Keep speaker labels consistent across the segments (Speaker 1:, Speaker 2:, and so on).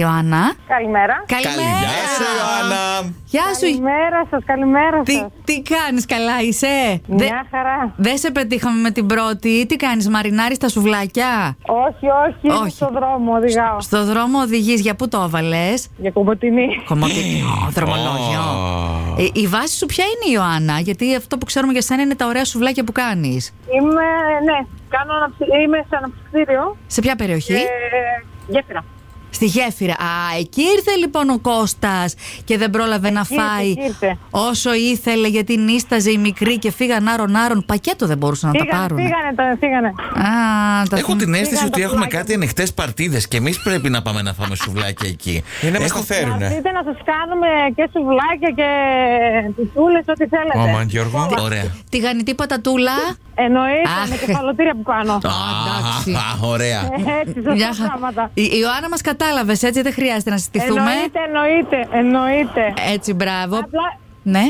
Speaker 1: Ιωάννα.
Speaker 2: Καλημέρα.
Speaker 1: Καλημέρα.
Speaker 3: Γεια σου, Ιωάννα.
Speaker 1: Γεια σου.
Speaker 2: Καλημέρα σας, καλημέρα
Speaker 1: Τι,
Speaker 2: σας.
Speaker 1: τι κάνεις, καλά είσαι.
Speaker 2: Μια χαρά.
Speaker 1: Δεν σε πετύχαμε με την πρώτη. Τι κάνεις, Μαρινάρι στα σουβλάκια.
Speaker 2: Όχι, όχι, είμαι
Speaker 1: Όχι.
Speaker 2: στον δρόμο οδηγάω.
Speaker 1: Στο δρόμο οδηγείς, για πού το έβαλες.
Speaker 2: Για κομποτινή.
Speaker 1: Κομμωτινό, δρομολόγιο.
Speaker 3: Ε, Ω.
Speaker 1: Ε, η βάση σου ποια είναι, Ιωάννα, γιατί αυτό που ξέρουμε για σένα είναι τα ωραία σουβλάκια που κάνεις.
Speaker 2: Είμαι, ναι, κάνω αναψυ- είμαι σε αναψυκτήριο. Ε,
Speaker 1: Σε ποια περιοχή,
Speaker 2: Και... Γέφυρα.
Speaker 1: Στη γέφυρα. Α, εκεί ήρθε λοιπόν ο Κώστας και δεν πρόλαβε να
Speaker 2: ήρθε,
Speaker 1: φάει
Speaker 2: εκεί ήρθε.
Speaker 1: όσο ήθελε γιατί νίσταζε η μικρή και φύγαν άρον-άρον. Πακέτο δεν μπορούσαν να τα
Speaker 2: Φύγανε,
Speaker 1: πάρουν.
Speaker 2: φύγανε, τα φύγανε.
Speaker 1: Α, τα
Speaker 4: Έχω
Speaker 1: θυμ-
Speaker 4: την αίσθηση
Speaker 2: Πήγαν
Speaker 4: ότι
Speaker 2: τα
Speaker 4: έχουμε
Speaker 2: σουβλάκια.
Speaker 4: κάτι ανοιχτές παρτίδες και εμείς πρέπει να πάμε να φάμε σουβλάκια εκεί.
Speaker 3: Είναι να μας
Speaker 4: Έχω
Speaker 3: τα φέρουνε.
Speaker 2: Δείτε να σας κάνουμε και σουβλάκια και πιτσούλε, ό,τι θέλετε.
Speaker 3: Ω, Μαν Γιώργο.
Speaker 4: Ωραία.
Speaker 1: Τη γανιτή πατατούλα.
Speaker 2: Εννοείται
Speaker 1: Αχ.
Speaker 2: με κεφαλοτήρια που κάνω. Ε,
Speaker 4: Α,
Speaker 1: εντάξει. Ε, ναι.
Speaker 4: α, Ωραία.
Speaker 2: Έτσι, σωστά
Speaker 1: Μια χα-
Speaker 2: πράγματα.
Speaker 1: Η η Ιωάννα μας κατάλαβες έτσι, δεν χρειάζεται να συστηθούμε.
Speaker 2: Εννοείται, εννοείται, εννοείται.
Speaker 1: Έτσι, μπράβο.
Speaker 2: Απλά
Speaker 1: Ναι.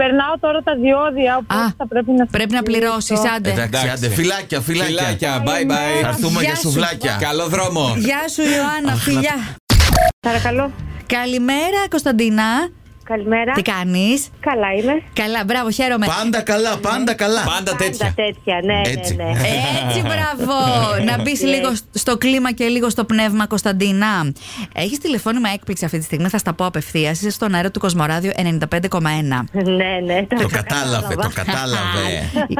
Speaker 2: περνάω τώρα τα διόδια, οπότε
Speaker 1: Α,
Speaker 2: θα πρέπει να
Speaker 1: Πρέπει να πληρώσεις, άντε.
Speaker 4: Εντάξει,
Speaker 3: Εντάξει.
Speaker 4: άντε, φυλάκια, φυλάκια.
Speaker 3: Φιλάκια, bye
Speaker 4: Θα
Speaker 3: bye.
Speaker 4: έρθουμε
Speaker 1: Γεια
Speaker 4: για
Speaker 1: σου.
Speaker 4: σουβλάκια.
Speaker 3: Καλό δρόμο.
Speaker 1: Γεια σου Ιωάννα, φιλιά.
Speaker 2: Παρακαλώ.
Speaker 1: Καλημέρα Κωνσταντίνα.
Speaker 2: Καλημέρα.
Speaker 1: Τι κάνεις.
Speaker 2: Καλά είμαι.
Speaker 1: Καλά, μπράβο, χαίρομαι.
Speaker 4: Πάντα καλά, πάντα καλά.
Speaker 3: Πάντα
Speaker 2: Πάντα
Speaker 3: τέτοια.
Speaker 2: τέτοια, ναι,
Speaker 4: Έτσι.
Speaker 2: ναι, ναι.
Speaker 1: Έτσι, μπράβο! να μπεις λίγο στο κλίμα και λίγο στο πνεύμα, Κωνσταντίνα. Έχεις τηλεφώνημα έκπληξη αυτή τη στιγμή, θα στα πω απευθείας. Είσαι στον αέρα του Κοσμοράδιο 95,1.
Speaker 2: ναι, ναι.
Speaker 4: Το κατάλαβε, το κατάλαβε.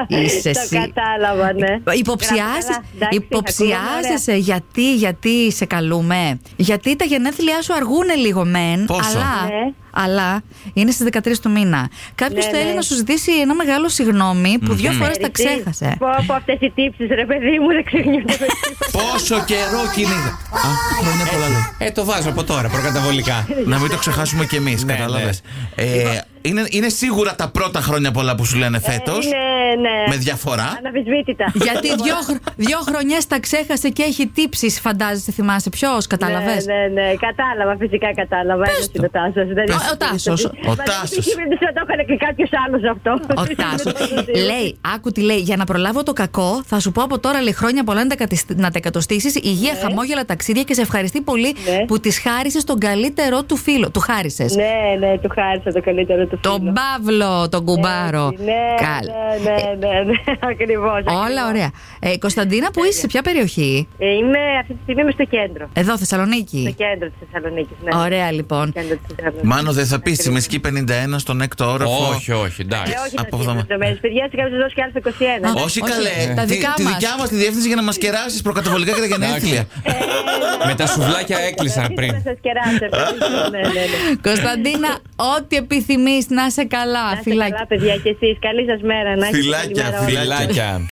Speaker 1: Ε, Είσαι
Speaker 2: Το
Speaker 1: εσύ.
Speaker 2: κατάλαβα, ναι.
Speaker 1: Υποψιάζεσαι,
Speaker 2: Γράφω καλά, εντάξει,
Speaker 1: υποψιάζεσαι γιατί, γιατί σε καλούμε. Γιατί τα γενέθλιά σου αργούνε λίγο μεν,
Speaker 4: Πόσο?
Speaker 1: αλλά,
Speaker 2: Ναι.
Speaker 1: αλλά είναι στις 13 του μήνα. Κάποιος
Speaker 2: Ναι,
Speaker 1: θέλει
Speaker 2: ναι.
Speaker 1: να σου ζητήσει ένα μεγάλο συγγνώμη που δύο φορές τα ξέχασε.
Speaker 2: Πω από αυτές οι τύψεις, ρε παιδί μου, δεν ξεχνιούνται.
Speaker 4: Πόσο καιρό κυνήγα. Α, χρόνια πολλά λέει.
Speaker 3: Ε, το βάζω από τώρα, προκαταβολικά.
Speaker 4: Να μην το ξεχάσουμε κι εμείς,
Speaker 3: Ναι,
Speaker 4: κατάλαβε. Είναι, είναι σίγουρα τα πρώτα χρόνια πολλά που σου λένε φέτο.
Speaker 2: Ναι, ναι.
Speaker 4: Με διαφορά.
Speaker 2: Αναβυσβήτητα.
Speaker 1: Γιατί δύο, χρο- δύο χρονιές τα ξέχασε και έχει τύψεις, φαντάζεσαι, θυμάσαι ποιος, κατάλαβες.
Speaker 2: Ναι, ναι, ναι, κατάλαβα, φυσικά κατάλαβα. Ένα είναι ο Τάσος.
Speaker 1: Ο- ο Τάσος.
Speaker 4: Ο
Speaker 2: Δεν
Speaker 4: Τάσος.
Speaker 2: είχε να το έκανε και κάποιος άλλος αυτό.
Speaker 1: Ο Τάσο. λέει, άκου τι λέει, για να προλάβω το κακό, θα σου πω από τώρα λέει χρόνια πολλά να τα, κατησ- να τα εκατοστήσεις. Υγεία, χαμόγελα, ταξίδια και σε ευχαριστεί πολύ
Speaker 2: Ναι.
Speaker 1: που τη χάρισες τον καλύτερό του φίλο. Του χάρισες.
Speaker 2: Ναι, ναι, του χάρισα το καλύτερο του φίλου.
Speaker 1: Τον Παύλο, τον κουμπάρο.
Speaker 2: Έτσι, Ναι,
Speaker 1: Καλ- Ε.
Speaker 2: ναι, ναι, ναι, ναι, ακριβώς.
Speaker 1: Όλα ωραία. Ε, Κωνσταντίνα, που
Speaker 2: Ναι.
Speaker 1: είσαι, σε ποια περιοχή?
Speaker 2: Ε, Είμαι αυτή τη στιγμή είμαι στο κέντρο.
Speaker 1: Εδώ, Θεσσαλονίκη.
Speaker 2: Στο κέντρο της Θεσσαλονίκης. Ναι.
Speaker 1: Ε. Ωραία, λοιπόν.
Speaker 2: Κέντρο της Θεσσαλονίκης.
Speaker 4: Μάνο δεν θα πεις στη Μισκή 51 στον έκτο όροφο.
Speaker 3: Όχι, όχι, εντάξει.
Speaker 2: Ε, όχι
Speaker 4: από
Speaker 2: να
Speaker 4: εδώ.
Speaker 2: δίνεις λεπτομέρειες, παιδιά, σιγά μην σας δώσω και Α21.
Speaker 1: Α,
Speaker 4: Όχι
Speaker 1: Όχι,
Speaker 4: καλέ.
Speaker 1: τα
Speaker 4: Τη-
Speaker 1: δικά
Speaker 4: Τη
Speaker 1: μας.
Speaker 4: δικιά μας τη διεύθυνση για να μας κεράσει προκαταβολικά και τα γενέθλια.
Speaker 3: Με τα σουβλάκια έκλεισαν πριν.
Speaker 2: Σα κεράσω. ευχαριστώ. ναι, ναι, ναι.
Speaker 1: Κωνσταντίνα, ό,τι επιθυμείς να είσαι καλά.
Speaker 2: Να είστε
Speaker 1: Φιλάκια.
Speaker 2: καλά, παιδιά, και εσείς. Καλή σας μέρα. Να έχετε καλή
Speaker 4: Φιλάκια,
Speaker 2: μέρα όλοι.
Speaker 4: φιλάκια.
Speaker 3: Φιλάκια.